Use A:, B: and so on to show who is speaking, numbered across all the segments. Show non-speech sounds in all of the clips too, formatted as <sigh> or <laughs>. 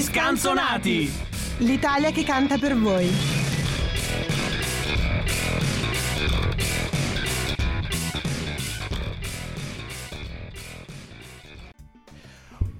A: scanzonati!
B: L'Italia che canta per voi.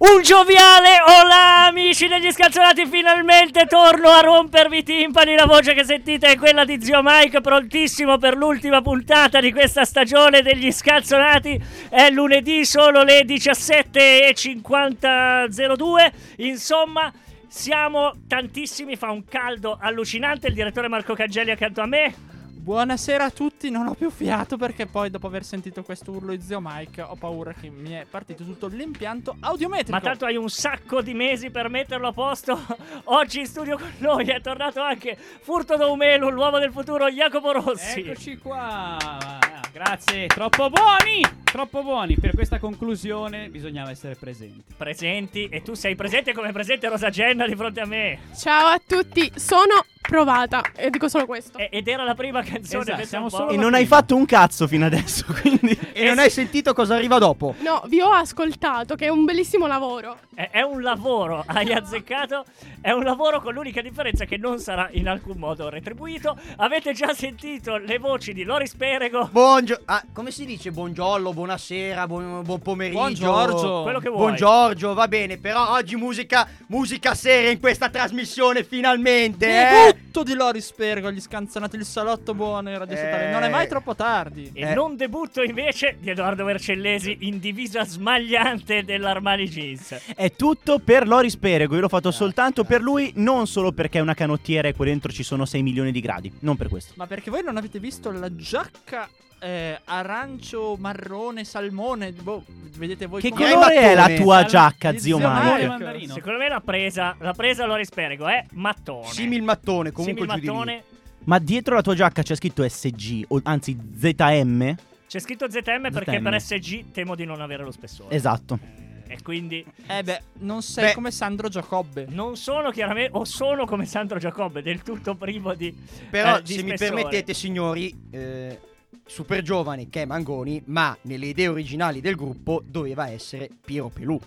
C: Un gioviale hola amici degli scalzonati finalmente torno a rompervi i timpani la voce che sentite è quella di zio Mike prontissimo per l'ultima puntata di questa stagione degli scalzonati è lunedì sono le 17.50.02 insomma siamo tantissimi fa un caldo allucinante il direttore Marco Caggelli accanto a me
D: Buonasera a tutti, non ho più fiato perché poi dopo aver sentito questo urlo di zio Mike ho paura che mi è partito tutto l'impianto audiometrico.
C: Ma
E: Ecco.
C: tanto hai un sacco di mesi per metterlo a posto. <laughs> Oggi in studio con noi è tornato anche Furto Doumelu, l'uomo del futuro, Jacopo Rossi.
E: Eccoci qua. Ah, Grazie, troppo buoni! Troppo buoni. Per questa conclusione bisognava essere presenti.
C: Presenti, e tu sei presente come presente Rosa Genna di fronte a me.
F: Ciao a tutti, sono provata e dico solo questo.
C: E- ed era la prima canzone.
E: Esatto,
C: pensa
E: siamo
C: un po'.
E: solo
A: E
E: la
A: non hai
E: prima.
A: fatto un cazzo
G: <laughs>
A: fino adesso, quindi.
G: E non hai sentito cosa arriva dopo.
F: No, vi ho ascoltato, che è un bellissimo lavoro.
C: È, è un lavoro, <laughs> hai azzeccato. È un lavoro con l'unica differenza che non sarà in alcun modo retribuito. Avete già sentito le voci di Loris Perego.
G: Buongiorno. Ah, come si dice? Buongiorno, buonasera, buon, buon pomeriggio.
D: Buongiorno.
C: Quello che vuoi.
G: Buongiorno, va bene, però oggi musica, musica seria in questa trasmissione finalmente,
C: Uhuh!
G: eh?
D: Tutto di Loris Pergo, gli scanzonati il salotto buono e Radio
G: Eh.
D: Statale. Non è mai troppo tardi.
C: E
G: Eh.
C: non debutto invece di Edoardo Vercellesi in divisa smagliante dell'Armani Jeans.
A: È tutto per Loris Perego. Io l'ho fatto soltanto per lui, non solo perché è una canottiera e qua dentro ci sono 6 milioni di gradi. Non per questo.
D: Ma perché voi non avete visto la giacca eh, arancio, marrone, salmone? Boh, vedete voi
A: Che
D: come-
A: colore è la
G: mattone.
A: tua
D: Al-
A: giacca,
D: di
A: zio
D: zio
A: Mario?
D: Mario.
E: mandarino.
C: Eh, Secondo me l'ha presa, l'ha presa Loris Perego, è mattone.
G: Simil mattone, comunque giù di lì.
C: Mattone.
A: Ma dietro la tua giacca c'è scritto SG, o anzi ZM?
C: C'è scritto ZM perché
A: ZM.
C: per SG temo di non avere lo spessore.
A: Esatto.
C: E quindi
D: Eh beh, non sei
G: Beh.
D: come Sandro Giacobbe.
C: non sono chiaramente, o sono come Sandro Giacobbe, del tutto privo di.
G: Però,
C: eh, di
G: se mi
C: spessore.
G: permettete, signori, eh, super giovane che è Mangoni, ma nelle idee originali del gruppo doveva essere Piero Pelù.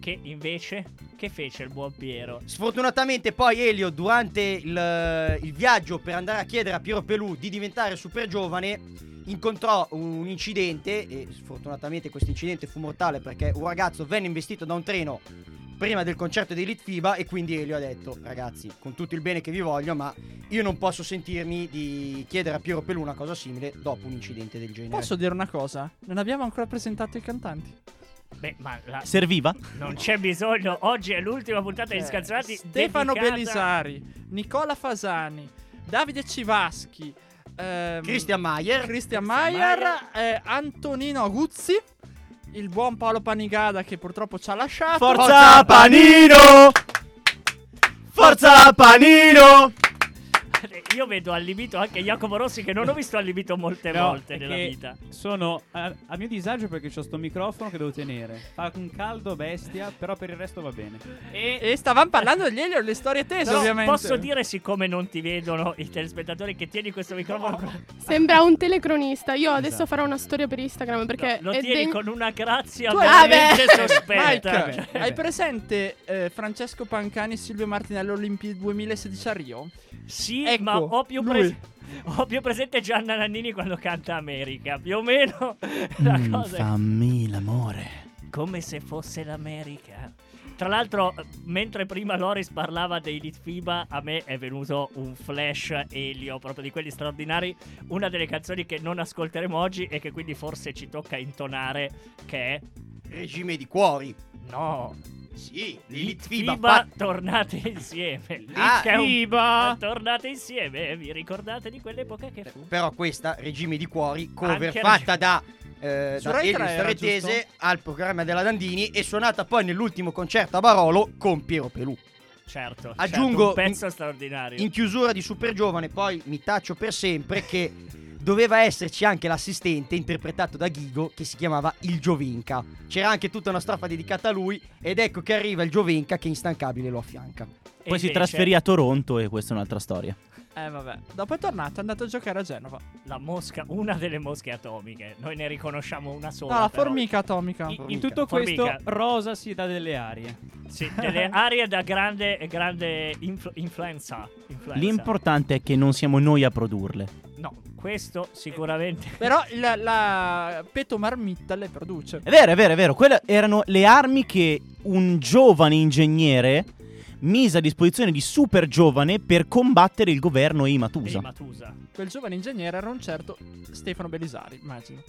C: Che invece, che fece il buon Piero?
G: Sfortunatamente poi Elio durante il, il viaggio per andare a chiedere a Piero Pelù di diventare super giovane incontrò un incidente e sfortunatamente questo incidente fu mortale perché un ragazzo venne investito da un treno prima del concerto dei Litfiba e quindi Elio ha detto ragazzi con tutto il bene che vi voglio ma io non posso sentirmi di chiedere a Piero Pelù una cosa simile dopo un incidente del genere.
D: Posso dire una cosa? Non abbiamo ancora presentato i cantanti.
C: Beh, ma la-
A: Serviva?
C: non c'è bisogno. Oggi è l'ultima puntata di
D: Cioè,
C: Scanzonati.
D: Stefano
C: dedicata-
D: Belisari, Nicola Fasani, Davide Civaschi, ehm,
G: Christian Mayer
D: Christian
C: Mayer.
D: Maier, eh, Antonino Aguzzi, il buon Paolo Panigada che purtroppo ci ha lasciato.
A: Forza Panino! Forza Panino!
C: Io vedo allibito anche Jacopo Rossi, che non ho visto allibito molte
E: No,
C: volte
E: è
C: nella
E: che
C: vita.
E: Sono a, a mio disagio perché ho sto microfono che devo tenere. Fa un caldo bestia, però per il resto va bene.
A: Mm,
D: E stavamo parlando degli Elio, le storie tese,
C: Però
D: ovviamente.
C: posso dire, siccome non ti vedono i telespettatori, che tieni questo microfono con-
F: Sembra un telecronista. Io adesso
E: Esatto.
F: farò una storia per Instagram perché
C: lo
F: è
C: tieni
F: den-
C: con una grazia
D: Tu
F: hai-
C: veramente
F: Vabbè.
C: sospetta.
D: Mike,
C: Cioè,
D: hai presente eh, Francesco Pancani e Silvio Martinelli Olimpii 2016 a Rio?
C: Sì,
D: Ecco,
C: ma ho più,
D: lui.
C: pres- ho più presente Gianna Nannini quando canta America. Più o meno <laughs> la
A: Mm,
C: cosa è
A: fammi l'amore.
C: come se fosse l'America. Tra l'altro, mentre prima Loris parlava dei Litfiba, a me è venuto un flash Elio, proprio di quelli straordinari. Una delle canzoni che non ascolteremo oggi e che quindi forse ci tocca intonare, che è...
G: regime di cuori.
C: No,
G: Sì, i
C: Litfiba, tornate
A: <laughs>
C: insieme.
G: Ah,
C: Che è un-
E: Iba!
C: Tornate insieme, eh, vi ricordate di quell'epoca che fu?
G: Però questa, Regime di Cuori, cover
C: Anche
G: fatta da, eh,
D: Su
G: da
D: Rai
G: Elio
D: tre era,
G: Storetese al programma della Dandini e suonata poi nell'ultimo concerto a Barolo con Piero Pelù.
C: Certo,
G: Aggiungo
C: certo, un pezzo
G: in-
C: straordinario.
G: In chiusura di Super Giovane poi mi taccio per sempre che doveva esserci anche l'assistente interpretato da Ghigo che si chiamava Il Giovinca. C'era anche tutta una strofa dedicata a lui ed ecco che arriva il Giovinca che instancabile lo affianca.
A: Poi si
C: invece-
A: trasferì a Toronto e questa è un'altra storia.
D: Eh vabbè. Dopo è tornato, è andato a giocare a Genova.
C: La mosca, una delle mosche atomiche. Noi ne riconosciamo una sola.
D: no, la
C: però.
D: formica atomica.
E: In, in tutto
C: Formica.
E: questo, Rosa si dà delle arie.
C: Sì,
A: <laughs>
C: delle aree da grande, grande influ- influenza. influenza.
A: L'importante è che non siamo noi a produrle.
C: No, questo sicuramente.
D: Però il- la peto marmitta le produce.
A: È vero, è vero, è vero. Quelle erano le armi che un giovane ingegnere mise a disposizione di super giovane per combattere il governo e i Matusa.
C: Ehi, Matusa.
D: Quel giovane ingegnere era un certo Stefano Belisari, immagino.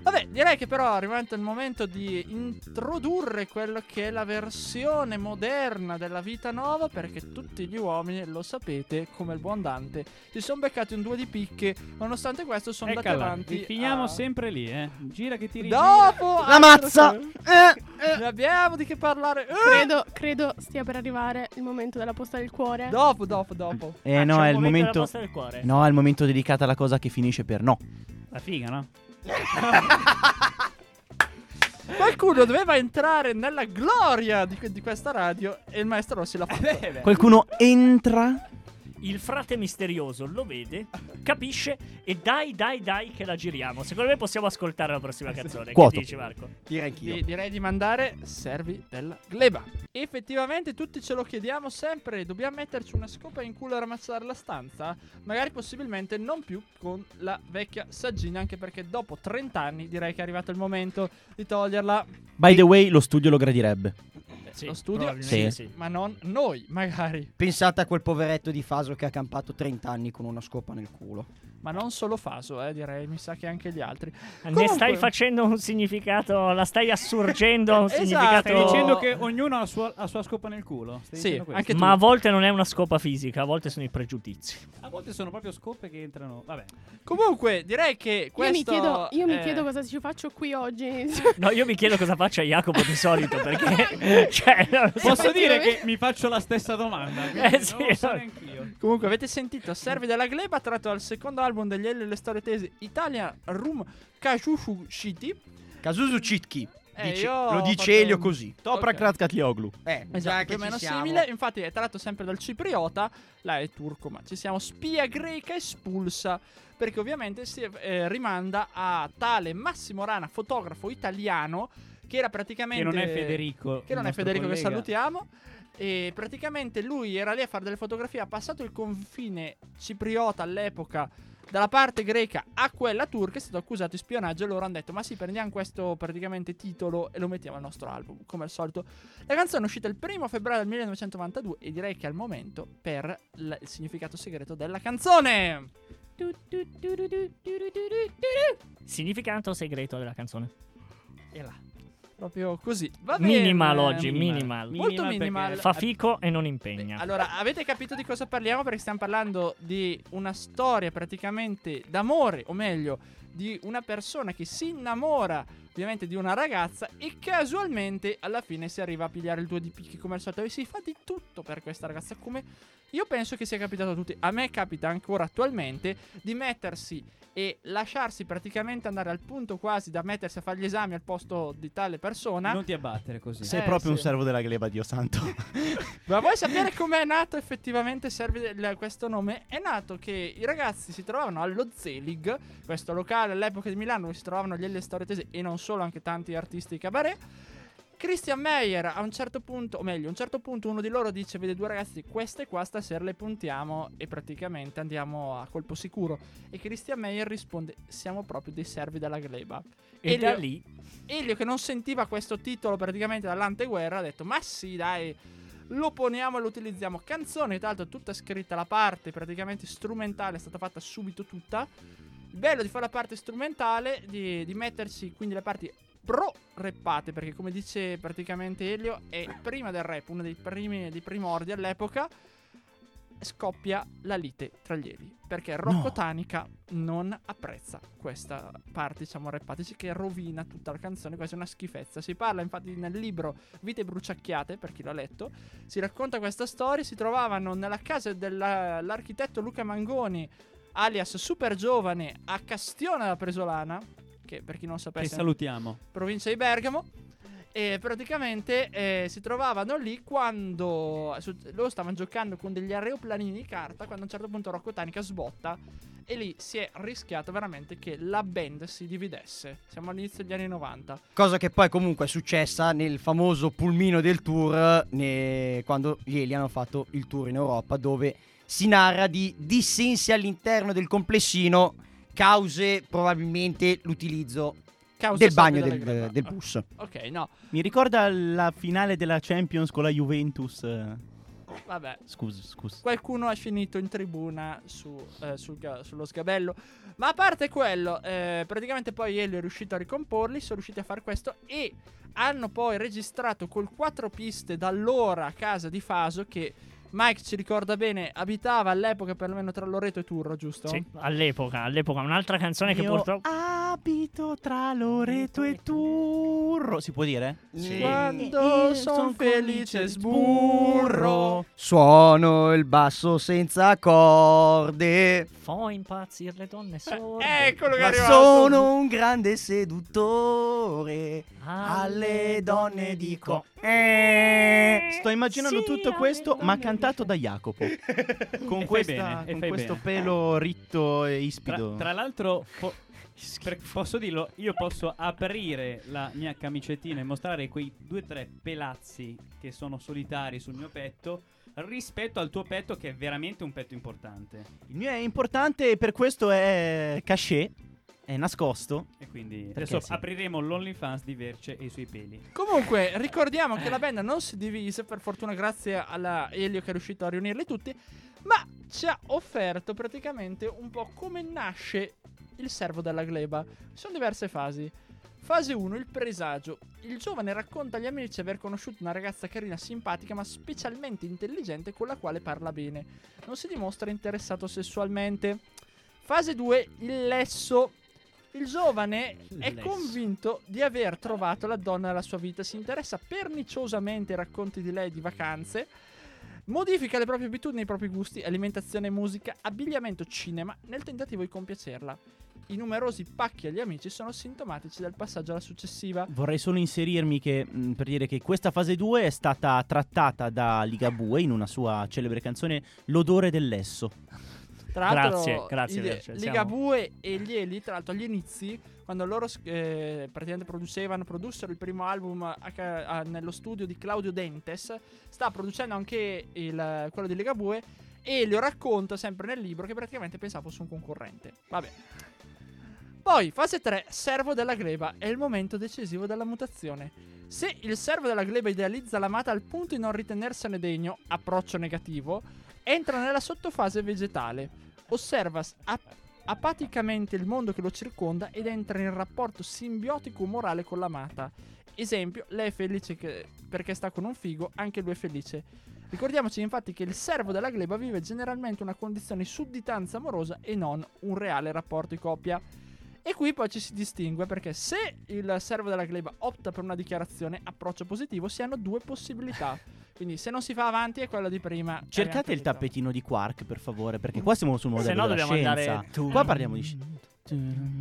D: Vabbè, direi che però è arrivato il momento di introdurre quello che è la versione moderna della vita nuova, perché tutti gli uomini, lo sapete, come il buon Dante, si sono beccati un due di picche, nonostante questo sono andati
E: Eccola,
D: avanti.
E: finiamo
D: a-
E: sempre lì, eh. Gira che ti rigira.
D: Dopo!
A: La mazza! Eh,
D: Ne abbiamo di che parlare! Eh!
F: Credo, credo stia per arrivare il momento della posta del cuore.
D: Dopo, dopo, dopo.
A: eh,
C: Ah,
A: no,
C: c'è
A: è
C: un
A: il
C: della
A: momento.
C: posta del cuore.
A: No, è il momento dedicato alla cosa che finisce per no.
E: La figa, no?
D: Qualcuno doveva entrare nella gloria di, di questa radio e il maestro Rossi l'ha fatto.
E: Eh,
A: Qualcuno entra.
C: Il frate misterioso lo vede, capisce e dai, dai, dai che la giriamo. Secondo me possiamo ascoltare la prossima canzone.
A: Quoto.
C: Che dici Marco?
G: Tira anch'io.
D: Di- direi di mandare servi della gleba. Effettivamente tutti ce lo chiediamo sempre, dobbiamo metterci una scopa in culo e ramazzare la stanza? Magari possibilmente non più con la vecchia saggina, anche perché dopo 30 anni direi che è arrivato il momento di toglierla.
A: By the way, lo studio lo gradirebbe.
C: Sì,
D: lo studio,
C: probabilmente
A: Sì.
C: sì.
D: ma non noi, magari.
G: Pensate a quel poveretto di Faso che ha campato 30 anni con una scopa nel culo.
D: Ma non solo Faso, eh, direi, mi sa che anche gli altri.
C: Ne
D: Comunque-
C: stai facendo un significato, la stai assurgendo a un
D: <laughs> Esatto.
C: significato.
E: Stai dicendo che ognuno ha la sua, la sua scopa nel culo? Stai
D: Sì,
E: dicendo questo?
D: anche- tu.
C: Ma a volte non è una scopa fisica, a volte sono i pregiudizi.
E: A volte sono proprio scope che entrano... Vabbè.
D: Comunque, direi che
F: Io
D: questo...
F: mi, chiedo, io mi
D: è-
F: chiedo cosa ci faccio qui oggi.
C: No, io mi chiedo cosa faccia Jacopo di solito
D: <laughs>
C: perché. <laughs> cioè, non lo so.
E: Posso dire che mi faccio la stessa domanda? quindi
C: sì,
E: non lo so
C: no.
E: neanch'io.
D: Comunque avete sentito Servi della Gleba tratto dal secondo album degli Elio e le storie tese Italia Room Kashushu City
G: Casusu Chitki.
D: Eh,
G: Dice-
D: io
G: lo
D: ho
G: dice
D: fatto
G: Elio
D: un-
G: così.
A: Topra
D: Ok.
A: Kratkatlioglu.
G: Eh, mi sa che
D: Esatto, più o
G: ci
D: meno
G: siamo.
D: simile, infatti è tratto sempre dal cipriota, là è turco, ma ci siamo spia greca espulsa, perché ovviamente si eh, rimanda a tale Massimo Rana, fotografo italiano, che era
E: Che
D: praticamente...
E: non è Federico.
D: che non
E: il
D: è
E: nostro
D: Federico che
E: collega.
D: salutiamo. E praticamente lui era lì a fare delle fotografie, ha passato il confine cipriota all'epoca dalla parte greca a quella turca, è stato accusato di spionaggio e loro hanno detto ma sì prendiamo questo praticamente titolo e lo mettiamo al nostro album, come al solito. La canzone è uscita il primo febbraio del 1992 e direi che è il momento per l- il significato segreto della canzone.
C: Significato segreto della canzone.
D: E là, proprio così. Va bene. Eh,
C: Minimal oggi,
E: minimal.
C: minimal.
D: Molto
E: Minimal
D: minimal.
E: perché
C: Fa fico e non
D: Beh,
C: impegna.
D: Allora, avete capito di cosa parliamo? Perché stiamo parlando di una storia praticamente d'amore, o meglio, di una persona che si innamora ovviamente di una ragazza e casualmente alla fine si arriva a pigliare il due di picchi come al solito e si fa di tutto per questa ragazza come io penso che sia capitato a tutti a me capita ancora attualmente di mettersi e lasciarsi praticamente andare al punto quasi da mettersi a fare gli esami al posto di tale persona
E: Non ti abbattere così.
A: Sei
D: Eh,
A: proprio un
D: sì.
A: servo della gleba, Dio santo.
D: Ma vuoi sapere com'è nato effettivamente serve il- questo nome? È nato che i ragazzi si trovavano allo Zelig, questo locale all'epoca di Milano dove si trovavano gli Elle Storie Tese e non solo, anche tanti artisti cabaret. Christian Meyer a un certo punto, o meglio, a un certo punto uno di loro dice, vede due ragazzi, queste qua stasera le puntiamo e praticamente andiamo a colpo sicuro. E Christian Meyer risponde, siamo proprio dei servi della gleba.
C: e da
D: Elio-
C: lì
D: Elio che non sentiva questo titolo praticamente dall'anteguerra ha detto ma sì dai lo poniamo e lo utilizziamo canzone tra l'altro tutta scritta la parte praticamente strumentale è stata fatta subito tutta il bello di fare la parte strumentale di, di metterci quindi le parti pro rappate perché come dice praticamente Elio è prima del rap uno dei primi dei primordi all'epoca scoppia la lite tra gli eli perché Rocco
A: No.
D: Tanica non apprezza questa parte diciamo rappatici che rovina tutta la canzone quasi una schifezza si parla infatti nel libro Vite bruciacchiate per chi l'ha letto si racconta questa storia si trovavano nella casa dell'architetto Luca Mangoni alias super giovane a Castione alla Presolana che per chi non
E: Che
D: sapesse è
E: salutiamo.
D: provincia di Bergamo E praticamente eh, si trovavano lì quando su- loro stavano giocando con degli aeroplanini di carta. Quando a un certo punto Rocco Tanica sbotta. E lì si è rischiato veramente che la band si dividesse. Siamo all'inizio degli anni 90.
G: Cosa che poi comunque è successa nel famoso pulmino del tour ne- quando gli Eli hanno fatto il tour in Europa dove si narra di dissensi all'interno del complessino cause probabilmente l'utilizzo
D: Causa
G: del
D: sangue
G: bagno
D: della
G: del,
D: granata.
G: del bus.
D: Ok, no,
A: Mi ricorda la finale della Champions con la Juventus. eh,
D: vabbè.
A: Scusa, scusa.
D: Qualcuno è finito in tribuna su, eh, sul ga- sullo sgabello. Ma a parte quello, eh, praticamente poi Elio è riuscito a ricomporli. Sono riusciti a fare questo e hanno poi registrato col quattro piste dall'ora a casa di Faso. Che Mike ci ricorda bene, abitava all'epoca perlomeno tra Loreto e Turro,
G: Certo.
D: giusto?
C: Sì, all'epoca, all'epoca, un'altra canzone che
A: Io
C: purtroppo.
A: Abito tra Loreto e Turro. Si può dire?
G: Sì.
D: Quando son felice sburro.
G: Suono il basso senza corde.
C: Fo impazzire le
G: Eh,
C: donne sole.
D: Eccolo che è
G: Ma
D: arrivato.
G: sono un grande seduttore. Alle donne dico. Eh.
A: Sto immaginando
C: Sì,
A: tutto
C: ah,
A: questo,
C: non
A: ma
C: mi
A: cantato da Jacopo.
E: E
A: Con,
E: fai
A: questa-
E: bene, e
A: con
E: fai
A: questo
E: bene.
A: pelo ritto e ispido.
E: Tra, tra l'altro, <laughs> po- per- posso dirlo, io posso aprire la mia camicettina e mostrare quei due o tre pelazzi che sono solitari sul mio petto rispetto al tuo petto che è veramente un petto importante.
A: Il mio è importante e per questo è cachet. È nascosto.
E: E quindi
A: Perché
E: adesso
A: sì.
E: apriremo l'OnlyFans di Verce e i suoi peli.
D: Comunque, ricordiamo che la band non si divise, per fortuna grazie alla Elio che è riuscito a riunirli tutti, ma ci ha offerto praticamente un po' come nasce il servo della gleba. Ci Sono diverse fasi. Fase 1, il presagio. Il giovane racconta agli amici di aver conosciuto una ragazza carina, simpatica, ma specialmente intelligente con la quale parla bene. Non si dimostra interessato sessualmente. Fase 2, il lesso. Il giovane è
G: Lesso.
D: convinto di aver trovato la donna della sua vita, si interessa perniciosamente ai racconti di lei di vacanze, modifica le proprie abitudini, i propri gusti, alimentazione, musica, abbigliamento, cinema, nel tentativo di compiacerla. I numerosi pacchi agli amici sono sintomatici del passaggio alla successiva.
A: Vorrei solo inserirmi che, mh, per dire che questa fase 2 è stata trattata da Ligabue in una sua celebre canzone L'odore del lesso.
D: Tra l'altro,
C: Grazie, grazie,
D: il-
C: Verce, siamo-
D: Ligabue e gli Eli, tra l'altro, agli inizi, quando loro eh, praticamente producevano, produssero il primo album a ca- a- nello studio di Claudio Dentes, sta producendo anche il- quello di Ligabue. E lo racconta sempre nel libro che praticamente pensavo fosse un concorrente. Vabbè. Poi, fase 3, servo della gleba, è il momento decisivo della mutazione. Se il servo della gleba idealizza l'amata al punto di non ritenersene degno, approccio negativo, entra nella sottofase vegetale, osserva s- ap- apaticamente il mondo che lo circonda ed entra in rapporto simbiotico-umorale con l'amata. Esempio, lei è felice che- perché sta con un figo, anche lui è felice. Ricordiamoci infatti che il servo della gleba vive generalmente una condizione di sudditanza amorosa e non un reale rapporto di coppia. E qui poi ci si distingue perché se il servo della gleba opta per una dichiarazione approccio positivo si hanno due possibilità.
A: <laughs>
D: Quindi se non si fa avanti è quella di prima.
A: Cercate il
D: Abbiamo capito.
A: tappetino di Quark, per favore, perché qua siamo sul modello
C: Se no
A: della
C: dobbiamo
A: scienza.
C: andare-
A: Qua parliamo di sci-
D: Mm.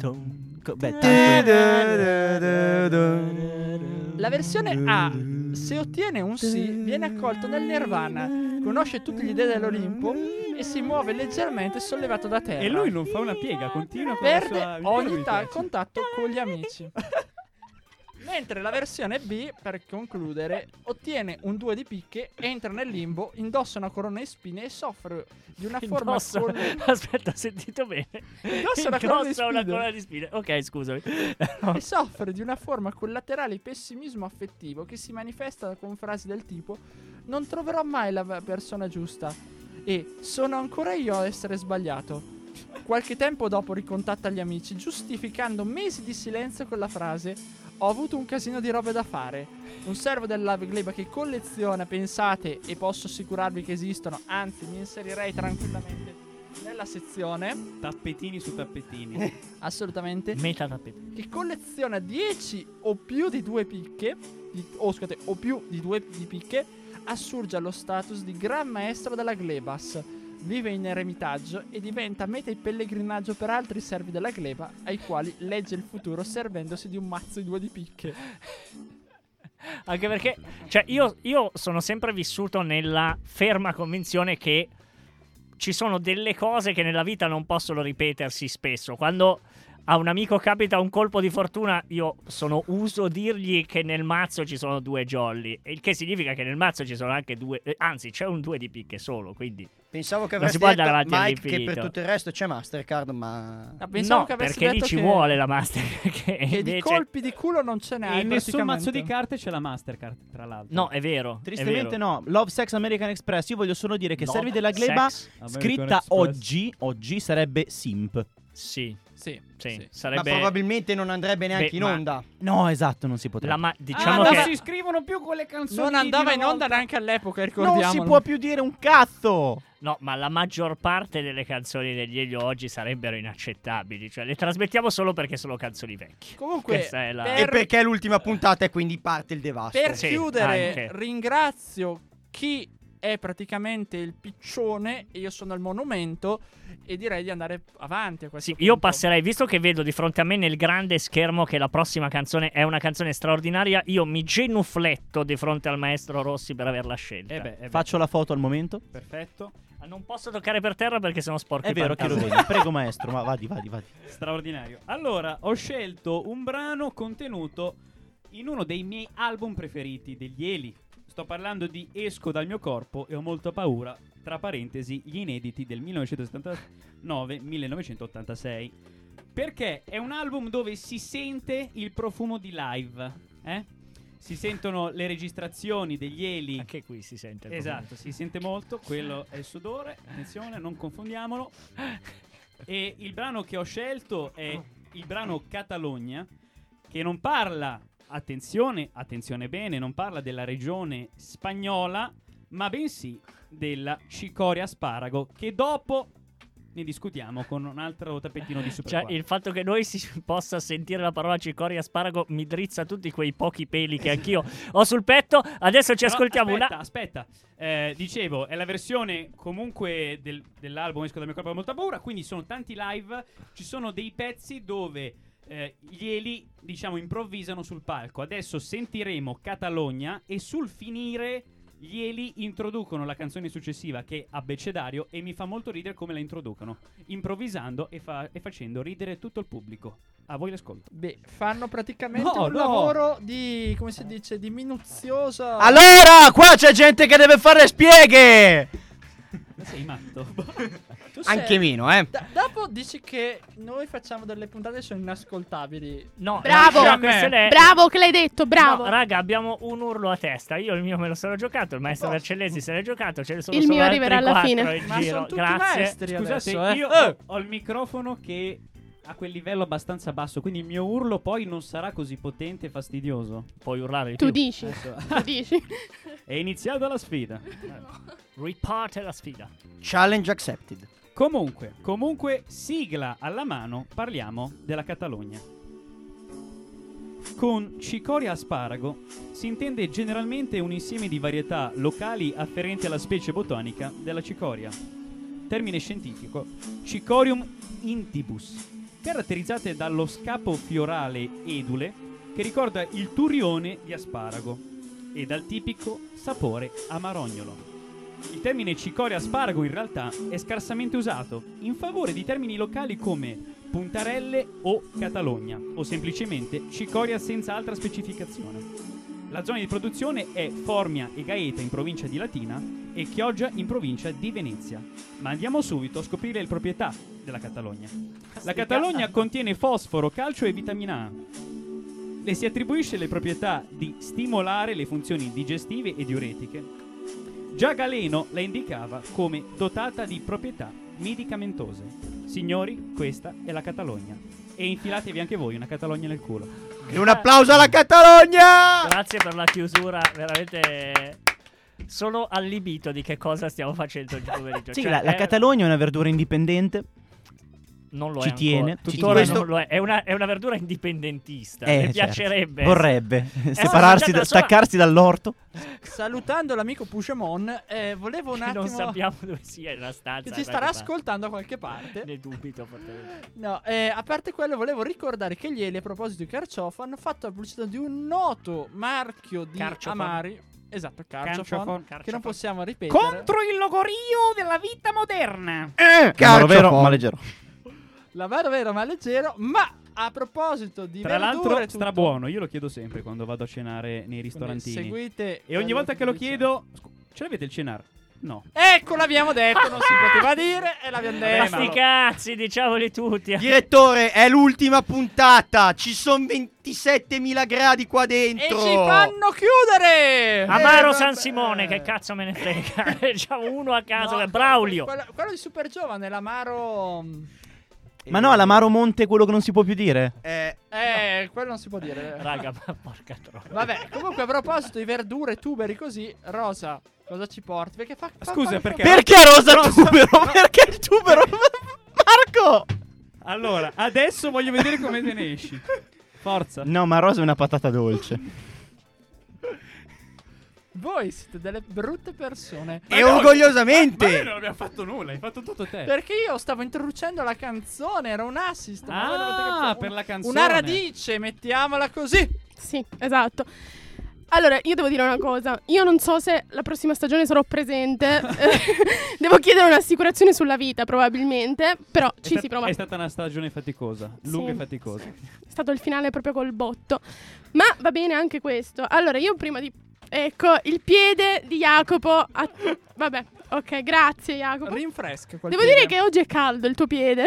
A: Co- Beh, tanto-
D: La
F: La
D: versione A, se ottiene un sì, viene accolto nel Nirvana, conosce tutti gli dei dell'Olimpo e si muove leggermente sollevato da terra.
E: E lui non fa una piega, continua con la sua
D: perde
E: il
D: ogni
E: mio
D: ta-
E: mi piace.
D: contatto con gli amici. Mentre la versione B, per concludere, ottiene un 2 di picche, entra nel limbo, indossa una corona di spine e soffre di una forma
C: Indossa-
D: col-
C: <laughs> Aspetta, ho sentito bene.
D: Indossa una corona di
C: Indossa una
D: spine.
C: corona di spine. Ok, scusami.
D: e soffre di una forma collaterale di pessimismo affettivo che si manifesta con frasi del tipo non troverò mai la v- persona giusta e sono ancora io ad essere sbagliato. Qualche tempo dopo ricontatta gli amici giustificando mesi di silenzio con la frase ho avuto un casino di robe da fare. Un servo della gleba che colleziona, pensate, e posso assicurarvi che esistono, anzi mi inserirei tranquillamente nella sezione,
E: Tappetini su <laughs> tappetini.
D: assolutamente,
C: Meta tappeto.
D: che colleziona 10 o più di due picche, di, oh, scusate, o più di due di picche, assurge allo status di gran maestro della Glebas. Vive in eremitaggio e diventa meta di pellegrinaggio per altri servi della gleba, ai quali legge il futuro servendosi di un mazzo di due di picche.
C: Anche perché, cioè, io, io sono sempre vissuto nella ferma convinzione che ci sono delle cose che nella vita non possono ripetersi spesso. Quando a un amico capita un colpo di fortuna, io sono uso dirgli che nel mazzo ci sono due jolly. Il che significa che nel mazzo ci sono anche due, eh, anzi, c'è un due di picche solo. Quindi,
G: Pensavo che
C: Non
G: avresti
C: si può
G: detto
C: andare avanti
G: Mike che per
C: all'infinito.
G: tutto il resto c'è Mastercard, ma
D: Ah, pensavo
C: no,
D: che avessi
C: perché lì
D: detto
C: ci
D: che-
C: vuole la master. <laughs> Perché
D: Che di
C: invece-
D: colpi di culo non ce n'è.
E: E in nessun mazzo di carte c'è la Mastercard, tra l'altro.
C: No, è vero. è
A: Tristemente
C: vero.
A: no, Love Sex American Express. Io voglio solo dire che
C: No,
A: Servi della Gleba
C: sex,
E: American
A: scritta
E: Express.
A: oggi, oggi sarebbe simp.
C: Sì,
D: Sì,
C: sì,
D: sì.
G: ma
C: sarebbe
G: probabilmente non andrebbe neanche
C: Beh,
G: in
C: ma-
G: onda.
A: No, esatto, non si potrebbe.
C: la ma- diciamo
E: ah,
C: che
E: non si scrivono più quelle canzoni.
D: Non
E: di
D: andava
E: una
D: in onda
E: volta.
D: neanche all'epoca, ricordiamo.
A: non si può più dire un cazzo.
C: No, ma la maggior parte delle canzoni degli Elio oggi sarebbero inaccettabili. Cioè, le trasmettiamo solo perché sono canzoni vecchie.
D: Comunque,
C: Questa è la-
D: per-
G: E perché è l'ultima puntata e quindi parte il devasto.
D: Per
C: Sì,
D: chiudere,
C: anche.
D: ringrazio chi è praticamente il piccione e io sono il monumento e direi di andare avanti a questo
C: Sì, io
D: punto.
C: passerei, visto che vedo di fronte a me nel grande schermo che la prossima canzone è una canzone straordinaria, io mi genufletto di fronte al maestro Rossi per averla scelta.
E: Eh beh, eh beh,
A: Faccio la foto al momento.
E: perfetto.
C: Ah, Non posso toccare per terra perché sono sporco.
A: È
C: i
A: vero, chiedo
C: pantaloni.
A: vedi. Prego maestro, ma vadi, vadi, vadi.
E: Straordinario. Allora, ho scelto un brano contenuto in uno dei miei album preferiti degli Eli. Sto parlando di Esco dal mio corpo e ho molta paura, tra parentesi, gli inediti del 1979-1986. Perché è un album dove si sente il profumo di live, eh? Si sentono le registrazioni degli Eli
C: Anche qui si sente. il
E: Esatto, si sente molto, quello è il sudore, attenzione, non confondiamolo. E il brano che ho scelto è il brano Catalogna, che non parla, attenzione, attenzione bene, non parla della regione spagnola, ma bensì della cicoria asparago, che dopo ne discutiamo con un altro tappettino di super
C: Cioè,
E: quattro.
C: il fatto che noi si possa sentire la parola cicoria asparago mi drizza tutti quei pochi peli che
E: <laughs>
C: anch'io ho sul petto. Adesso ci
E: Però
C: ascoltiamo
E: aspetta,
C: una.
E: Aspetta, Eh, dicevo, è la versione comunque del- dell'album Esco dal mio corpo da molta paura, quindi sono tanti live, ci sono dei pezzi dove eh, gli Eli, diciamo, improvvisano sul palco. Adesso sentiremo Catalogna e sul finire gli Eli introducono la canzone successiva che è Abbecedario e mi fa molto ridere come la introducono, improvvisando e, fa- e facendo ridere tutto il pubblico. A voi l'ascolto.
D: Beh, fanno praticamente
E: No,
D: un
E: no.
D: lavoro di come si dice, di minuziosa
A: Allora, qua c'è gente che deve fare spieghe.
C: Cioè,
E: Ma Sei matto.
D: Tu sei-
G: Anche meno, eh.
D: Da- dopo dici che noi facciamo delle puntate che sono inascoltabili.
C: No,
F: Bravo!
C: la questione è-
F: Bravo che l'hai detto, bravo.
C: eh. No, raga, abbiamo un urlo a testa. Io il mio me lo sono giocato, il maestro Vercellesi se l'è giocato, ce ne sono
F: Il
C: solo
F: mio
C: altri
F: arriverà alla
C: quattro
F: fine.
C: in
D: Ma
C: giro.
D: sono tutti
C: Grazie.
D: maestri
E: Scusate,
D: adesso, eh.
E: io
D: Eh,
E: ho- ho il microfono che ha quel livello abbastanza basso, quindi il mio urlo poi non sarà così potente e fastidioso.
C: Puoi urlare di
F: Tu
C: più.
F: dici,
E: Adesso-
F: tu dici.
C: <laughs>
E: è iniziata la sfida.
C: Riparte la sfida.
G: Challenge accepted.
E: Comunque, comunque, sigla alla mano, parliamo della Catalogna. Con cicoria asparago si intende generalmente un insieme di varietà locali afferenti alla specie botanica della cicoria. Termine scientifico Cicorium intibus, caratterizzate dallo scapo fiorale edule che ricorda il turione di asparago e dal tipico sapore amarognolo. Il termine cicoria asparago in realtà è scarsamente usato, in favore di termini locali come puntarelle o catalogna, o semplicemente cicoria senza altra specificazione. La zona di produzione è Formia e Gaeta in provincia di Latina e Chioggia in provincia di Venezia. Ma andiamo subito a scoprire le proprietà della Catalogna. La Catalogna contiene fosforo, calcio e vitamina A. Le si attribuisce le proprietà di stimolare le funzioni digestive e diuretiche, Già Galeno la indicava come dotata di proprietà medicamentose. Signori, questa è la Catalogna. E infilatevi anche voi una Catalogna nel culo.
G: E un applauso alla Catalogna!
C: Ah. Grazie per la chiusura, veramente sono allibito di che cosa stiamo facendo oggi pomeriggio.
A: Sì,
C: Cioè,
A: la, la
C: è-
A: Catalogna è una verdura indipendente.
C: non lo
A: Ci
C: è
A: tiene,
C: ancora.
A: ci
C: Tuttora
A: tiene.
C: non lo è. È una, è una verdura indipendentista.
A: Eh,
C: Le
A: certo.
C: piacerebbe.
A: Vorrebbe
C: Eh,
A: separarsi,
C: mangiata
A: da-
C: sola.
A: staccarsi dall'orto.
D: Salutando l'amico Pushemon, eh, volevo un
C: che
D: attimo...
C: non sappiamo dove sia in una stanza.
D: che ci
C: da
D: starà
C: qualche
D: ascoltando a qualche
C: parte.
D: parte.
C: Ne dubito. fortemente.
D: No, eh, a parte quello, volevo ricordare che ieri, a proposito di carciofo, hanno fatto la pubblicità di un noto marchio di
C: Carciofon.
D: amari. Esatto, carciofon.
E: Carciofon.
D: Che non possiamo ripetere.
E: Contro il logorio della vita moderna.
A: Chiaro, vero, ma leggero.
D: La vero vero ma leggero, ma a proposito di
E: Tra l'altro,
D: verdure e tutto-
E: strabuono. Io lo chiedo sempre quando vado a cenare nei
D: Quindi
E: ristorantini.
D: Seguite
E: E ogni
D: la
E: volta che lo
D: pubblicità.
E: chiedo, scu- ce l'avete il cenar? No.
D: Ecco, l'abbiamo detto, non si
E: <laughs>
D: poteva dire e l'abbiamo
E: Vabbè,
D: detto.
E: ma-
C: Ma Eh, sti cazzi, diciamoli tutti.
G: Direttore, è l'ultima puntata. Ci sono 27.000 gradi qua
D: E
G: dentro.
D: ci fanno chiudere!
C: Amaro
G: Eh,
C: San
G: vabbè.
C: Simone, che cazzo me
G: <laughs>
C: ne frega. <laughs> Ne Diciamo uno a caso,
D: No,
C: che è Braulio.
D: Quello, quello di Super Giovane, l'amaro... mm,
A: Ma no, l'amaro monte è quello che non si può più dire.
G: Eh,
D: Eh, quello non si può dire.
C: Raga, ma porca troia.
D: Vabbè, comunque a proposito di verdure, tuberi così, Rosa, cosa ci porti? Perché fa... fa-
E: Scusa,
D: fa-
E: perché-
A: Perché rosa tubero? Perché il tubero? <laughs> Marco!
E: Allora, adesso voglio vedere come te ne esci. Forza.
A: No, ma rosa è una patata dolce.
D: Voi siete delle brutte persone.
G: e orgogliosamente.
E: non abbiamo fatto nulla, hai fatto tutto te.
D: Perché io stavo introducendo la canzone, era un assist. ma voi dovete
E: Ah,
D: capire-
E: per
D: un-
E: la canzone.
D: Una radice, mettiamola così.
F: Sì, esatto. Allora, io devo dire una cosa. Io non so se la prossima stagione sarò
E: <laughs>
F: presente. <laughs> devo chiedere un'assicurazione sulla vita, probabilmente. Però
E: È
F: ci
E: sta-
F: si prova.
E: È stata una stagione faticosa,
F: Sì.
E: lunga e faticosa.
F: È stato il finale proprio col botto. Ma va bene anche questo. Allora, io prima di. Ecco, il piede di Jacopo.
E: <laughs>
F: a- Vabbè, ok, grazie Jacopo.
D: Rinfresca quel
F: Devo
D: piede.
F: dire che oggi è caldo il tuo piede.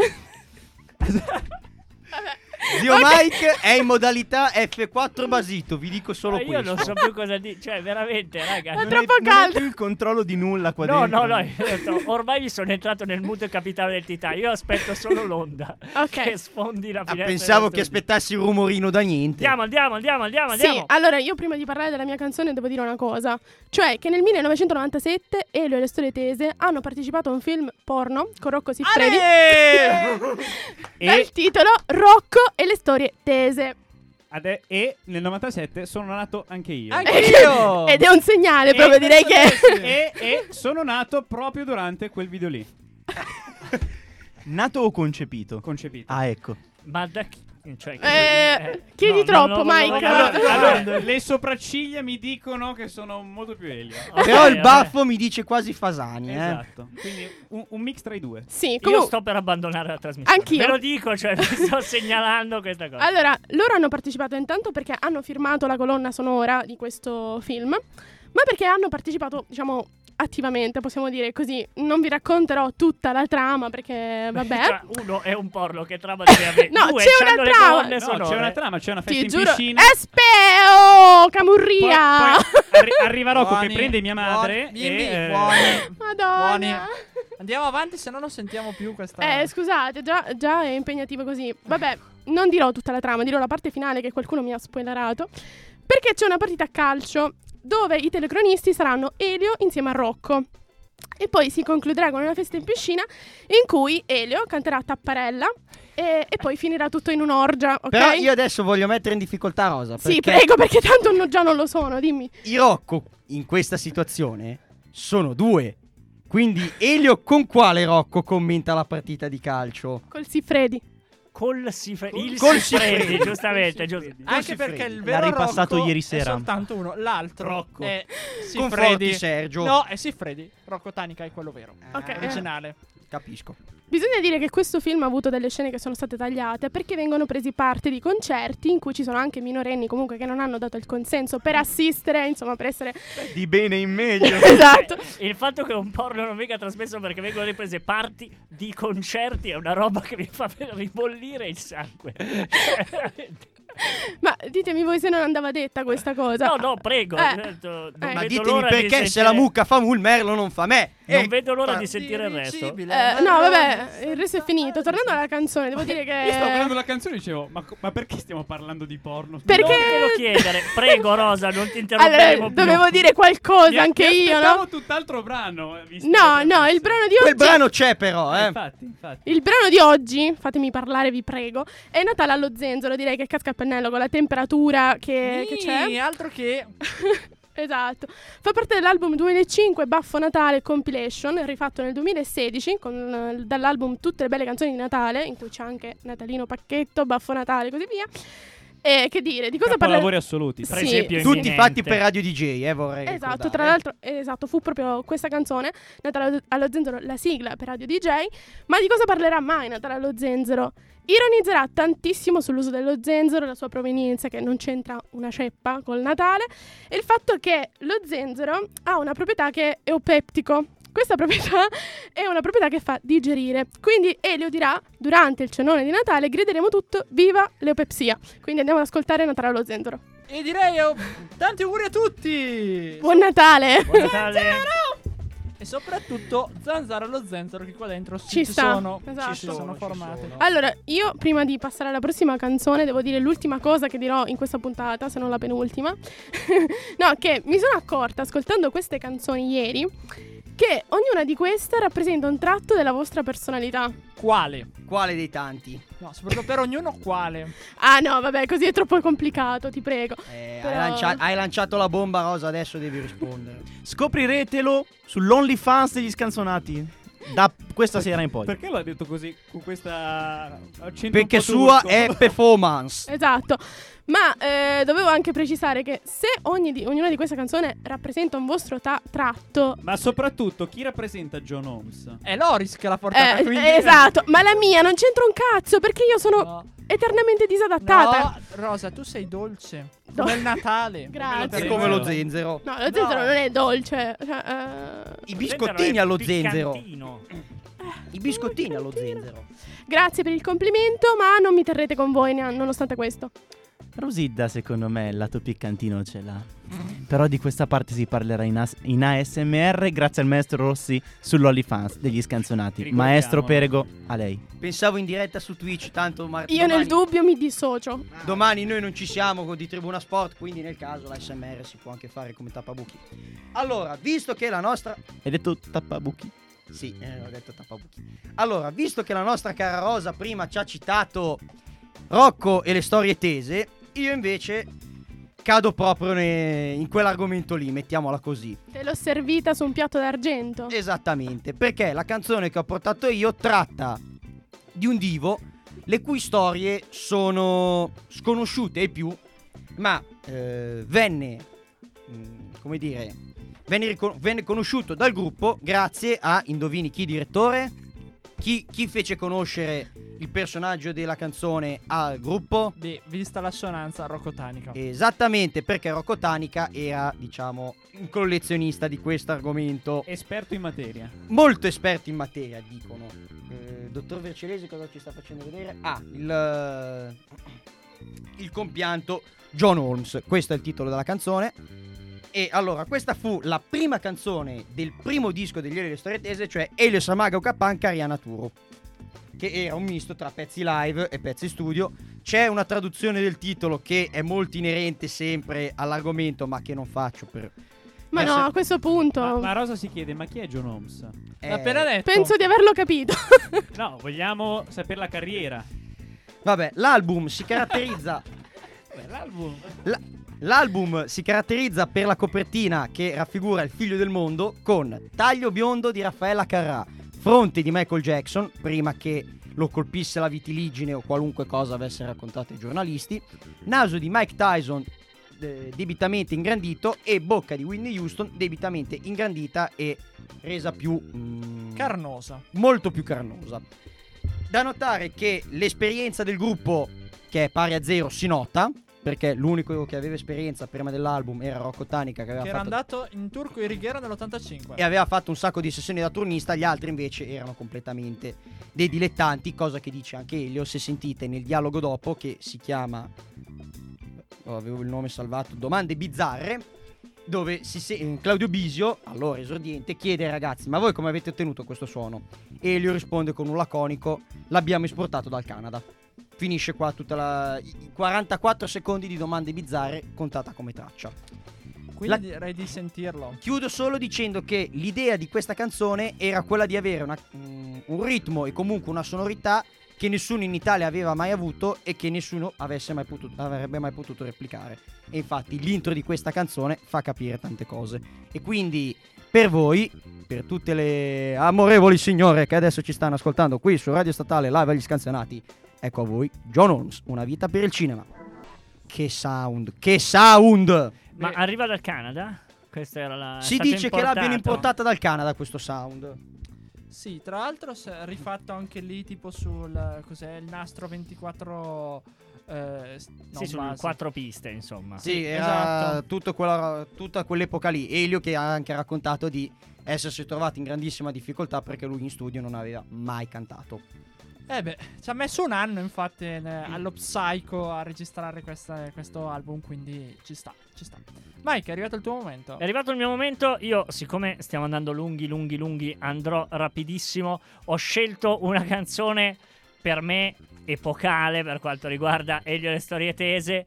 E: <laughs>
F: Vabbè.
G: Zio
F: Oggi-
G: Mike è in modalità F4 basito, vi dico solo
C: Ma Eh, io
G: questo.
C: non so più cosa dire. Cioè, veramente, raga.
F: Ma
C: non-
F: tra- troppo
A: non hai
F: caldo.
A: più il controllo di nulla qua
C: No,
A: dentro.
C: no, no, io ho detto, ormai sono entrato nel mood capitale del Titanic. Io aspetto solo l'onda.
F: Ok.
C: Che sfondi la
G: Ah,
C: finestra.
G: pensavo
C: dello
G: che
C: studio.
G: aspettassi un rumorino da niente.
C: Andiamo, andiamo, andiamo, andiamo,
F: Sì,
C: Ah, andiamo.
F: allora io prima di parlare della mia canzone devo dire una cosa, cioè che nel 1997 Elio e le storie tese hanno partecipato a un film porno con Rocco Siffredi <laughs> dal
E: E,
F: titolo Rocco e le storie tese.
E: ade- e nel 97 sono nato anche io.
D: Anche
E: <laughs>
D: io!
F: <laughs> Ed è un segnale proprio direi <laughs> che
E: e, e sono nato proprio durante quel video lì.
A: Nato o concepito?
E: Concepito.
A: Ah, ecco.
C: Ma da chi? Cioè,
F: Eh, chiedi troppo, Mike.
E: Allora,
F: Allora-
E: allora, le sopracciglia mi dicono che sono molto più Elio.
G: Però il baffo mi dice quasi Fasani, eh.
E: Esatto. Quindi un, un mix tra i due.
F: Sì,
C: Io
F: comunque
C: sto per abbandonare la trasmissione.
F: Anch'io.
C: Ve lo dico, cioè, vi
F: <laughs>
C: sto segnalando questa cosa.
F: Allora, loro hanno partecipato intanto perché hanno firmato la colonna sonora di questo film, ma perché hanno partecipato, diciamo, attivamente, possiamo dire così. Non vi racconterò tutta la trama perché,
C: <laughs>
F: vabbè.
C: Cioè, uno è un porno che trama deve avere.
F: No,
C: Due,
F: c'è una
C: c'hanno le
F: trama.
C: colonne
E: No,
C: sonore.
E: c'è una trama, c'è una festa
F: Ti
E: in
F: giuro, eh,
E: piscina.
F: Espeo!
E: Poi-
F: Camurria!
E: poi arri- arriva Rocco che
D: Buoni,
E: prende mia madre.
D: buoni, bimbi,
E: e, eh,
F: <laughs>
D: buoni.
E: <laughs>
F: Madonna!
D: Andiamo avanti, se no non sentiamo più questa.
F: Eh, scusate, già, già è impegnativo così. Vabbè, non dirò tutta la trama, dirò la parte finale che qualcuno mi ha spoilerato. Perché c'è una partita a calcio dove i telecronisti saranno Elio insieme a Rocco. E poi si concluderà con una festa in piscina in cui Elio canterà Tapparella e, e poi finirà tutto in un'orgia, ok?
G: Però io adesso voglio mettere in difficoltà Rosa.
F: Sì,
G: perché
F: prego, perché tanto no- già non lo sono, dimmi.
G: I Rocco in questa situazione sono due. Quindi Elio con quale Rocco commenta la partita di calcio?
F: Col Siffredi.
C: Col Sifre- il
G: Col
C: Sifredi,
G: Sifredi.
C: giustamente,
E: Col
C: giusto.
E: Sifredi.
D: Anche
G: Così
D: perché
G: Freddy.
D: il vero
A: L'ha ripassato
D: Rocco
A: ieri
D: è
A: sera.
D: soltanto uno, l'altro
E: Rocco.
D: è
G: Conforti
D: Sifredi.
G: Sergio.
D: No, è Sifredi. Rocco Tanica è quello vero.
A: Ah.
F: Ok.
D: Originale.
G: Capisco.
F: Bisogna dire che questo film ha avuto delle scene che sono state tagliate perché vengono presi parte di concerti in cui ci sono anche minorenni comunque che non hanno dato il consenso per assistere, insomma per
C: <laughs>
F: essere...
A: Di bene in meglio.
F: <laughs> esatto.
C: Eh, Il fatto che un porno non venga trasmesso perché vengono riprese parti
F: Esatto.
C: di concerti è una roba che mi fa ribollire il sangue. Cioè, veramente.
F: Ma ditemi voi se non andava detta questa cosa.
C: No, no, prego.
F: Eh.
C: Eh, to-
F: Ma
C: non
G: Ma
C: vedo
G: ditemi
C: l'ora di
G: perché se
C: sentire-
G: la mucca fa mul, merlo non fa me.
C: Non
G: Eh,
C: vedo l'ora di
G: ah,
C: sentire il resto.
D: Dirigibile,
F: Eh, no,
D: marrone,
F: vabbè, il resto è finito. Tornando alla canzone, devo dire che.
E: Io stavo guardando la canzone e dicevo, ma, co- ma perché stiamo parlando di porno?
F: Perché-
C: Non te lo chiedere. Prego, Rosa, non ti interromperemo
F: Allora,
C: più.
F: dovevo dire qualcosa anche io, no?
E: tutt'altro brano. eh, visto
F: No,
E: che-
F: no, il brano di oggi.
G: Quel brano c'è però,
E: Eh,
G: eh.
E: Infatti, infatti.
F: Il brano di oggi, fatemi parlare, vi prego, è Natale allo zenzero, direi che casca a pennello con la temperatura che, che
D: Nì,
F: c'è.
D: altro che
F: Esatto. Fa parte dell'album 2005 Baffo Natale Compilation, rifatto nel 2016 con, eh, dall'album Tutte le belle canzoni di Natale, in cui c'è anche Natalino Pacchetto, Baffo Natale e così via. E che dire, di cosa parla?
E: Lavori assoluti.
C: Per
F: Sì.
C: esempio,
F: Tutti
G: Tutti
C: imminente.
G: fatti per Radio DJ, eh, vorrei
C: Ecco,
F: Esatto,
G: ricordare.
F: tra l'altro, esatto, fu proprio questa canzone, Natale allo- allo Zenzero, la sigla per Radio DJ, ma di cosa parlerà mai Natale allo Zenzero? Ironizzerà tantissimo sull'uso dello zenzero, la sua provenienza che non c'entra una ceppa col Natale e il fatto che lo zenzero ha una proprietà che è eupeptico. Questa proprietà <laughs> è una proprietà che fa digerire. Quindi Elio dirà, durante il cenone di Natale grideremo tutto, viva l'eupepsia. Quindi andiamo ad ascoltare Natale allo zenzero.
D: E direi oh, tanti auguri a tutti!
F: Buon Natale!
C: Buon
F: <laughs>
C: Natale.
D: E soprattutto Zanzara allo Zenzero che qua dentro sì,
F: Ci
D: ci,
F: sta,
D: sono,
F: esatto.
D: ci sono
G: Ci
D: formate.
G: sono.
F: Allora, io prima di passare alla prossima canzone devo dire l'ultima cosa che dirò in questa puntata, se non la penultima. <laughs> no, che mi sono accorta ascoltando queste canzoni ieri che ognuna di queste rappresenta un tratto della vostra personalità.
D: Quale?
G: Quale dei tanti?
D: No, soprattutto per ognuno quale.
F: Ah no, vabbè, così è troppo complicato, ti prego.
G: Eh,
F: Però-
G: hai, lancia- hai lanciato la bomba rosa, adesso devi rispondere.
A: Scopriretelo sull'OnlyFans degli scanzonati. Da questa sera in poi.
E: Perché l'ha detto così? Con questa. accento un
G: <laughs> Perché
E: po'
G: sua
E: turco?
G: è performance.
F: Esatto. Ma eh, dovevo anche precisare che se ogni di- ognuna di queste canzoni rappresenta un vostro ta- tratto...
E: Ma soprattutto chi rappresenta John Holmes?
D: È Loris che l'ha portata
F: Eh,
D: qui.
F: esatto, ma la mia non c'entra un cazzo perché io sono
D: No.
F: eternamente disadattata.
D: No, Rosa, tu sei dolce.
F: Do-
D: Come il Natale.
F: <laughs> Grazie.
G: È
E: Zenzero.
G: come lo zenzero.
F: No, lo zenzero
D: No.
F: non è dolce. cioè, eh,
G: I
C: Zenzero
G: biscottini
C: è
G: allo zenzero.
C: piccantino.
G: I biscottini allo zenzero.
F: Grazie per il complimento, ma non mi terrete con voi ne- nonostante questo.
A: Rosidda, secondo me, il lato piccantino ce l'ha. Però di questa parte si parlerà in, as- in ASMR grazie al maestro Rossi sull'OnlyFans degli scanzonati.
E: Ricordiamolo.
A: Maestro Perego, a lei.
G: Pensavo in diretta su Twitch, tanto Marco.
F: Io nel dubbio mi dissocio.
G: Ah. Domani noi non ci siamo con di Tribuna Sport, quindi nel caso la SMR si può anche fare come tappabuchi. Allora, visto che la nostra...
A: Hai detto tappabuchi.
G: Sì, eh, ho detto tappabuchi. Allora, visto che la nostra cara Rosa prima ci ha citato Rocco e le storie tese, io invece cado proprio ne- in quell'argomento lì, mettiamola così.
F: Te l'ho servita su un piatto d'argento.
C: Eh,
G: Esattamente, perché la canzone che ho portato io tratta di un divo le cui storie sono sconosciute ai più, ma eh, venne, mm, come dire, venne, ricon- venne conosciuto dal gruppo grazie a, indovini chi direttore, chi, chi fece conoscere il personaggio della canzone al gruppo.
D: Beh, vista l'assonanza rocotanica.
G: Esattamente perché Rocco Tanica era, diciamo, un collezionista di questo argomento
E: Esperto in materia.
G: molto esperti in materia dicono. Eh, dottor Vercellesi cosa ci sta facendo vedere? Ah, il, eh, il compianto John Holmes, questo è il titolo della canzone. E allora, questa fu la prima canzone del primo disco degli Elio delle Storie Tese, cioè Elio Samago Capanca Ariana Turo. Che era un misto tra pezzi live e pezzi studio. C'è una traduzione del titolo che è molto inerente sempre all'argomento, ma che non faccio per.
F: Ma
G: Eh,
F: no,
G: se-
F: a questo punto.
E: Ma, ma Rosa si chiede: ma chi è John Holmes?
G: eh,
D: L'ha appena detto.
F: Penso di averlo capito. <laughs>
E: No, vogliamo sapere la carriera.
G: Vabbè, l'album si caratterizza
E: L'album.
G: La- l'album si caratterizza per la copertina che raffigura il figlio del mondo con taglio biondo di Raffaella Carrà, fronte di Michael Jackson, prima che lo colpisse la vitiligine o qualunque cosa avesse raccontato i giornalisti, naso di Mike Tyson eh, debitamente ingrandito e bocca di Whitney Houston debitamente ingrandita e resa più mm,
D: Carnosa.
G: molto più carnosa. Da notare che l'esperienza del gruppo, che è pari a zero, si nota, perché l'unico che aveva esperienza prima dell'album era Rocco Tanica che aveva
D: Che era
G: fatto
D: andato in turco irighiera nell'85.
G: e aveva fatto un sacco di sessioni da turnista, gli altri invece erano completamente dei dilettanti, cosa che dice anche Elio se sentite nel dialogo dopo che si chiama oh, avevo il nome salvato, domande bizzarre dove si se- eh, Claudio Bisio, allora esordiente, chiede ai ragazzi ma voi come avete ottenuto questo suono? Elio risponde con un laconico l'abbiamo esportato dal Canada. Finisce qua tutta la i 44 secondi di domande bizzarre contata come traccia.
D: Quindi
G: la-
D: direi di sentirlo.
G: Chiudo solo dicendo che l'idea di questa canzone era quella di avere una- mm, un ritmo e comunque una sonorità che nessuno in Italia aveva mai avuto e che nessuno avesse mai potuto- avrebbe mai potuto replicare. E infatti l'intro di questa canzone fa capire tante cose. E quindi per voi, per tutte le amorevoli signore che adesso ci stanno ascoltando qui su Radio Statale Live agli Scanzionati, ecco a voi John Holmes, Una vita per il cinema. Che sound, che sound!
C: Ma
D: Beh,
C: arriva dal Canada? Questa era la. è
G: Si
C: stato
G: dice che l'abbiano
C: importato.
G: importata dal Canada questo sound.
D: Sì, tra l'altro si è rifatto anche lì tipo sul cos'è il nastro 24 eh, s-
C: Sì,
D: no,
C: sono
D: base.
C: quattro piste, insomma.
G: Sì, era
D: esatto.
G: tutto quella- tutta quell'epoca lì. Elio che ha anche raccontato di essersi trovato in grandissima difficoltà perché lui in studio non aveva mai cantato.
D: Eh beh, ci ha messo un anno infatti eh, allo psycho a registrare questa- questo album, quindi ci sta, ci sta. Mike, è arrivato il tuo momento.
C: È arrivato il mio momento, io siccome stiamo andando lunghi, lunghi, lunghi, andrò rapidissimo. Ho scelto una canzone per me epocale per quanto riguarda Elio e le storie tese,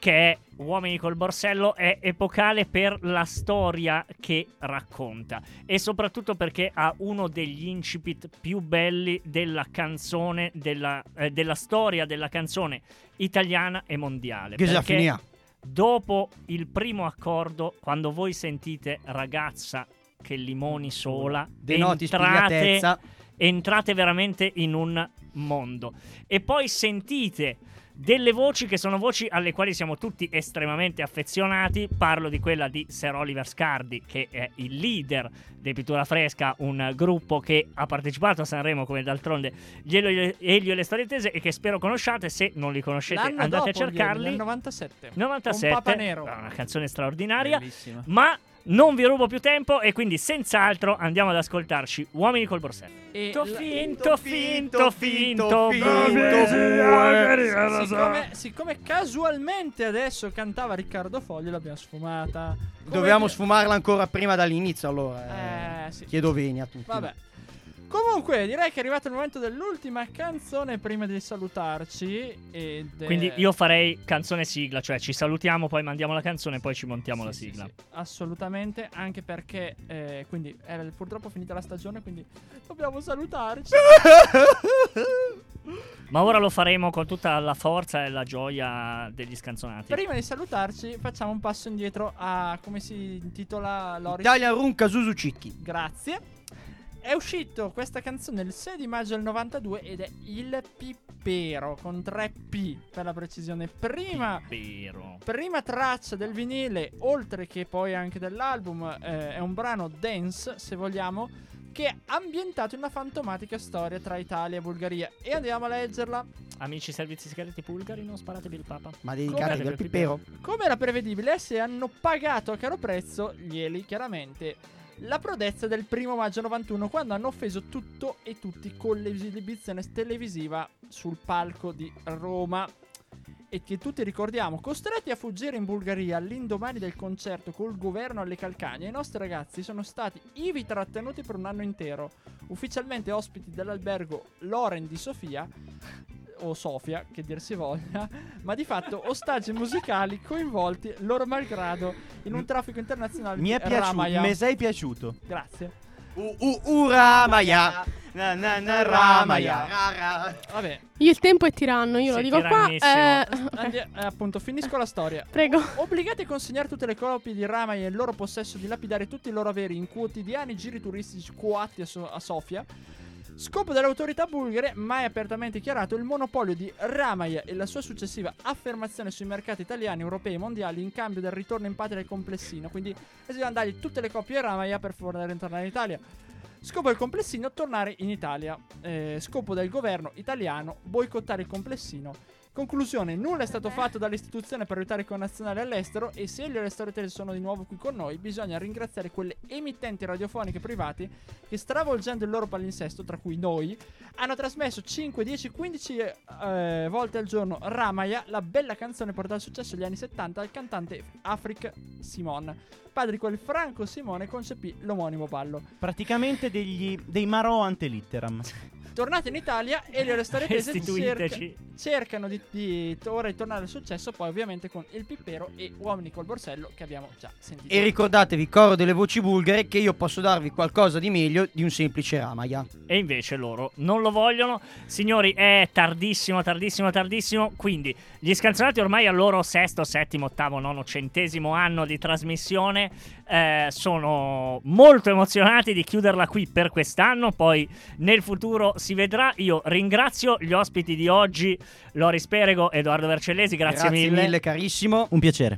C: che è Uomini col borsello, è epocale per la storia che racconta e soprattutto perché ha uno degli incipit più belli della canzone, della, eh, della storia della canzone italiana e mondiale.
G: Che
C: Eh, perché-
G: finì.
C: dopo il primo accordo, quando voi sentite ragazza che limoni sola,
G: Denoti
C: entrate,
G: spigliatezza.
C: entrate veramente in un mondo. E poi sentite delle voci che sono voci alle quali siamo tutti estremamente affezionati. Parlo di quella di Sir Oliver Scardi, che è il leader dei Pittura Fresca, un gruppo che ha partecipato a Sanremo come d'altronde gli Elio Elio e le storie tese e che spero conosciate. Se non li conoscete,
D: L'anno
C: andate a
D: dopo, Lieli,
C: cercarli.
D: nel 97.
C: 97 Ah,
D: Con Papa Nero.
C: una canzone straordinaria
E: Bellissima.
C: ma non vi rubo più tempo e quindi senz'altro andiamo ad ascoltarci Uomini col borsello
D: E
C: finto
D: la-
C: finto finto finto,
D: Siccome, siccome casualmente adesso cantava Riccardo Foglio, l'abbiamo sfumata. Come
G: Dovevamo
D: dire-
G: sfumarla ancora prima dall'inizio allora.
D: Eh, sì.
G: Chiedo venia a tutti. <laughs>
D: Vabbè. Comunque, direi che è arrivato il momento dell'ultima canzone prima di salutarci. ed, eh,
C: quindi io farei canzone sigla cioè ci salutiamo poi mandiamo la canzone poi ci montiamo
D: sì,
C: la
D: sì,
C: sigla
D: sì, assolutamente, anche perché eh, quindi era purtroppo finita la stagione, quindi dobbiamo salutarci.
C: ma ora lo faremo con tutta la forza e la gioia degli scanzonati
D: Prima di salutarci, facciamo un passo indietro a come si intitola Loris.
G: Italian Run Kazuzu Cicchi.
D: Grazie. È uscito questa canzone il 6 di maggio del 92 ed è il Pippero con 3 P per la precisione. Prima
C: vero
D: prima traccia del vinile, oltre che poi anche dell'album, eh, è un brano dance, se vogliamo, che è ambientato in una fantomatica storia tra Italia e Bulgaria. E andiamo a leggerla.
C: amici servizi segreti pulgari non sparatevi il papa
G: Ma dedicatevi al Pippero.
D: Come era prevedibile, se hanno pagato a caro prezzo, ieri chiaramente, la prodezza del primo maggio 91, quando hanno offeso tutto e tutti con l'esibizione televisiva sul palco di Roma. E che tutti ricordiamo, costretti a fuggire in Bulgaria all'indomani del concerto col governo alle calcagna, i nostri ragazzi sono stati ivi trattenuti per un anno intero, ufficialmente ospiti dell'albergo Loren di Sofia, o Sofia, che dir si voglia, ma di fatto ostaggi musicali coinvolti loro malgrado in un traffico internazionale
A: Mi è
D: di
A: piaciuto,
D: Ramaya.
A: mi sei piaciuto.
D: Grazie.
G: U, u, u, Ramaya.
A: Na, na, na,
G: Ramaya.
A: Ramaya.
D: Vabbè,
F: Il tempo è tiranno, io lo
C: Sei
F: dico qua.
C: tirannissimo.
F: eh,
D: andi- eh, appunto, finisco la storia.
F: prego.
C: Eh.
D: Obbligati a consegnare tutte le copie di Ramai e il loro possesso di lapidare tutti i loro averi in quotidiani giri turistici coatti a, So- a Sofia. Scopo delle autorità bulgare, mai apertamente dichiarato, il monopolio di Ramaya e la sua successiva affermazione sui mercati italiani, europei e mondiali in cambio del ritorno in patria del complessino. Quindi bisogna dargli tutte le copie a Ramaya per fornire tornare in Italia. Scopo del complessino tornare in Italia. Eh, scopo del governo italiano boicottare il complessino Conclusione, nulla è stato fatto dall'istituzione per aiutare i connazionali all'estero e se Elio e le storie tese sono di nuovo qui con noi, bisogna ringraziare quelle emittenti radiofoniche private che stravolgendo il loro palinsesto, tra cui noi, hanno trasmesso 5, 10, 15 eh, volte al giorno Ramaya, la bella canzone portata al successo negli anni 70 al cantante Afrik Simon, padre di quel Franco Simone concepì l'omonimo ballo.
A: Praticamente degli, dei Marò ante litteram.
D: Tornate in Italia, Elio e
C: <laughs>
D: le storie tese cerca-
C: Restituiteci.
D: cercano di, di to- ora di tornare al successo, poi ovviamente con Il Pippero e Uomini col Borsello che abbiamo già sentito.
G: E ricordatevi, coro delle voci bulgare, che io posso darvi qualcosa di meglio di un semplice Ramaya.
C: E invece loro non lo vogliono. Signori, è tardissimo, tardissimo, tardissimo. Quindi, gli scanzonati ormai al loro sesto, settimo, ottavo, nono, centesimo anno di trasmissione eh, sono molto emozionati di chiuderla qui per quest'anno. Poi nel futuro si vedrà. Io ringrazio gli ospiti di oggi, Loris Perego, Edoardo Vercellesi, grazie,
G: mille carissimo.
A: Un piacere.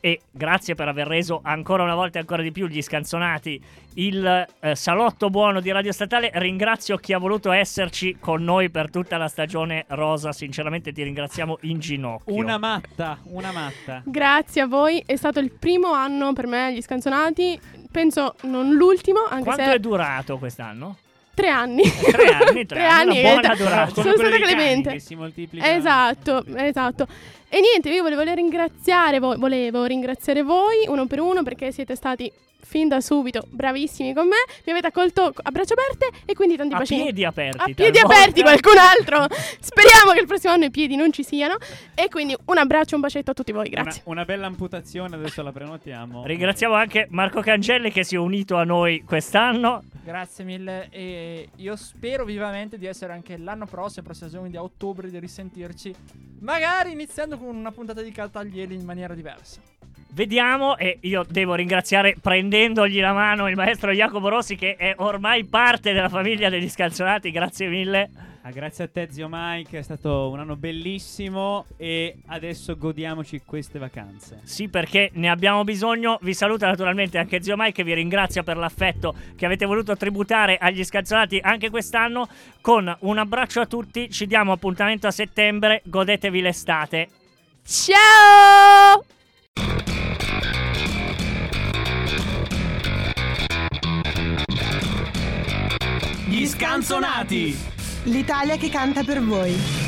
C: e grazie per aver reso ancora una volta e ancora di più gli scanzonati il eh, salotto buono di Radio Statale. Ringrazio chi ha voluto esserci con noi per tutta la stagione rosa. Sinceramente ti ringraziamo in ginocchio.
E: Una matta, una matta.
F: Grazie a voi, è stato il primo anno per me agli scanzonati, penso non l'ultimo, anche
C: Quanto
F: se
C: è durato quest'anno?
F: tre anni. <laughs>
C: Tre anni, tre, anni, una
F: in
C: buona
F: realtà.
C: durata.
F: Sono
E: quello
F: stata
E: dei cani
F: clemente.
E: Che si moltiplica.
F: Esatto, esatto. E niente, io volevo ringraziare voi, volevo ringraziare voi uno per uno perché siete stati fin da subito bravissimi con me, mi avete accolto a braccia aperte e quindi tanti
C: A
F: bacini.
C: piedi aperti.
F: a piedi
C: talvolta.
F: aperti qualcun altro. Speriamo che il prossimo anno i piedi non ci siano e quindi un abbraccio e un bacetto a tutti voi,
E: Una-
F: grazie.
E: Una, bella amputazione, adesso la prenotiamo.
C: Ringraziamo anche Marco Cangelli che si è unito a noi quest'anno.
D: Grazie mille e io spero vivamente di essere anche l'anno prossimo, prossima stagione, quindi a ottobre, di risentirci, magari iniziando con una puntata di Cataglieri in maniera diversa.
C: Vediamo e io devo ringraziare prendendogli la mano il maestro Jacopo Rossi che è ormai parte della famiglia degli scalzonati, grazie mille.
E: Ah, grazie a te, zio Mike. È stato un anno bellissimo. E adesso godiamoci queste vacanze.
C: Sì, perché ne abbiamo bisogno. Vi saluta naturalmente anche zio Mike che vi ringrazia per l'affetto che avete voluto tributare agli scalzonati anche quest'anno. Con un abbraccio a tutti, ci diamo appuntamento a settembre, godetevi l'estate.
F: Ciao!
B: L'Italia che canta per voi.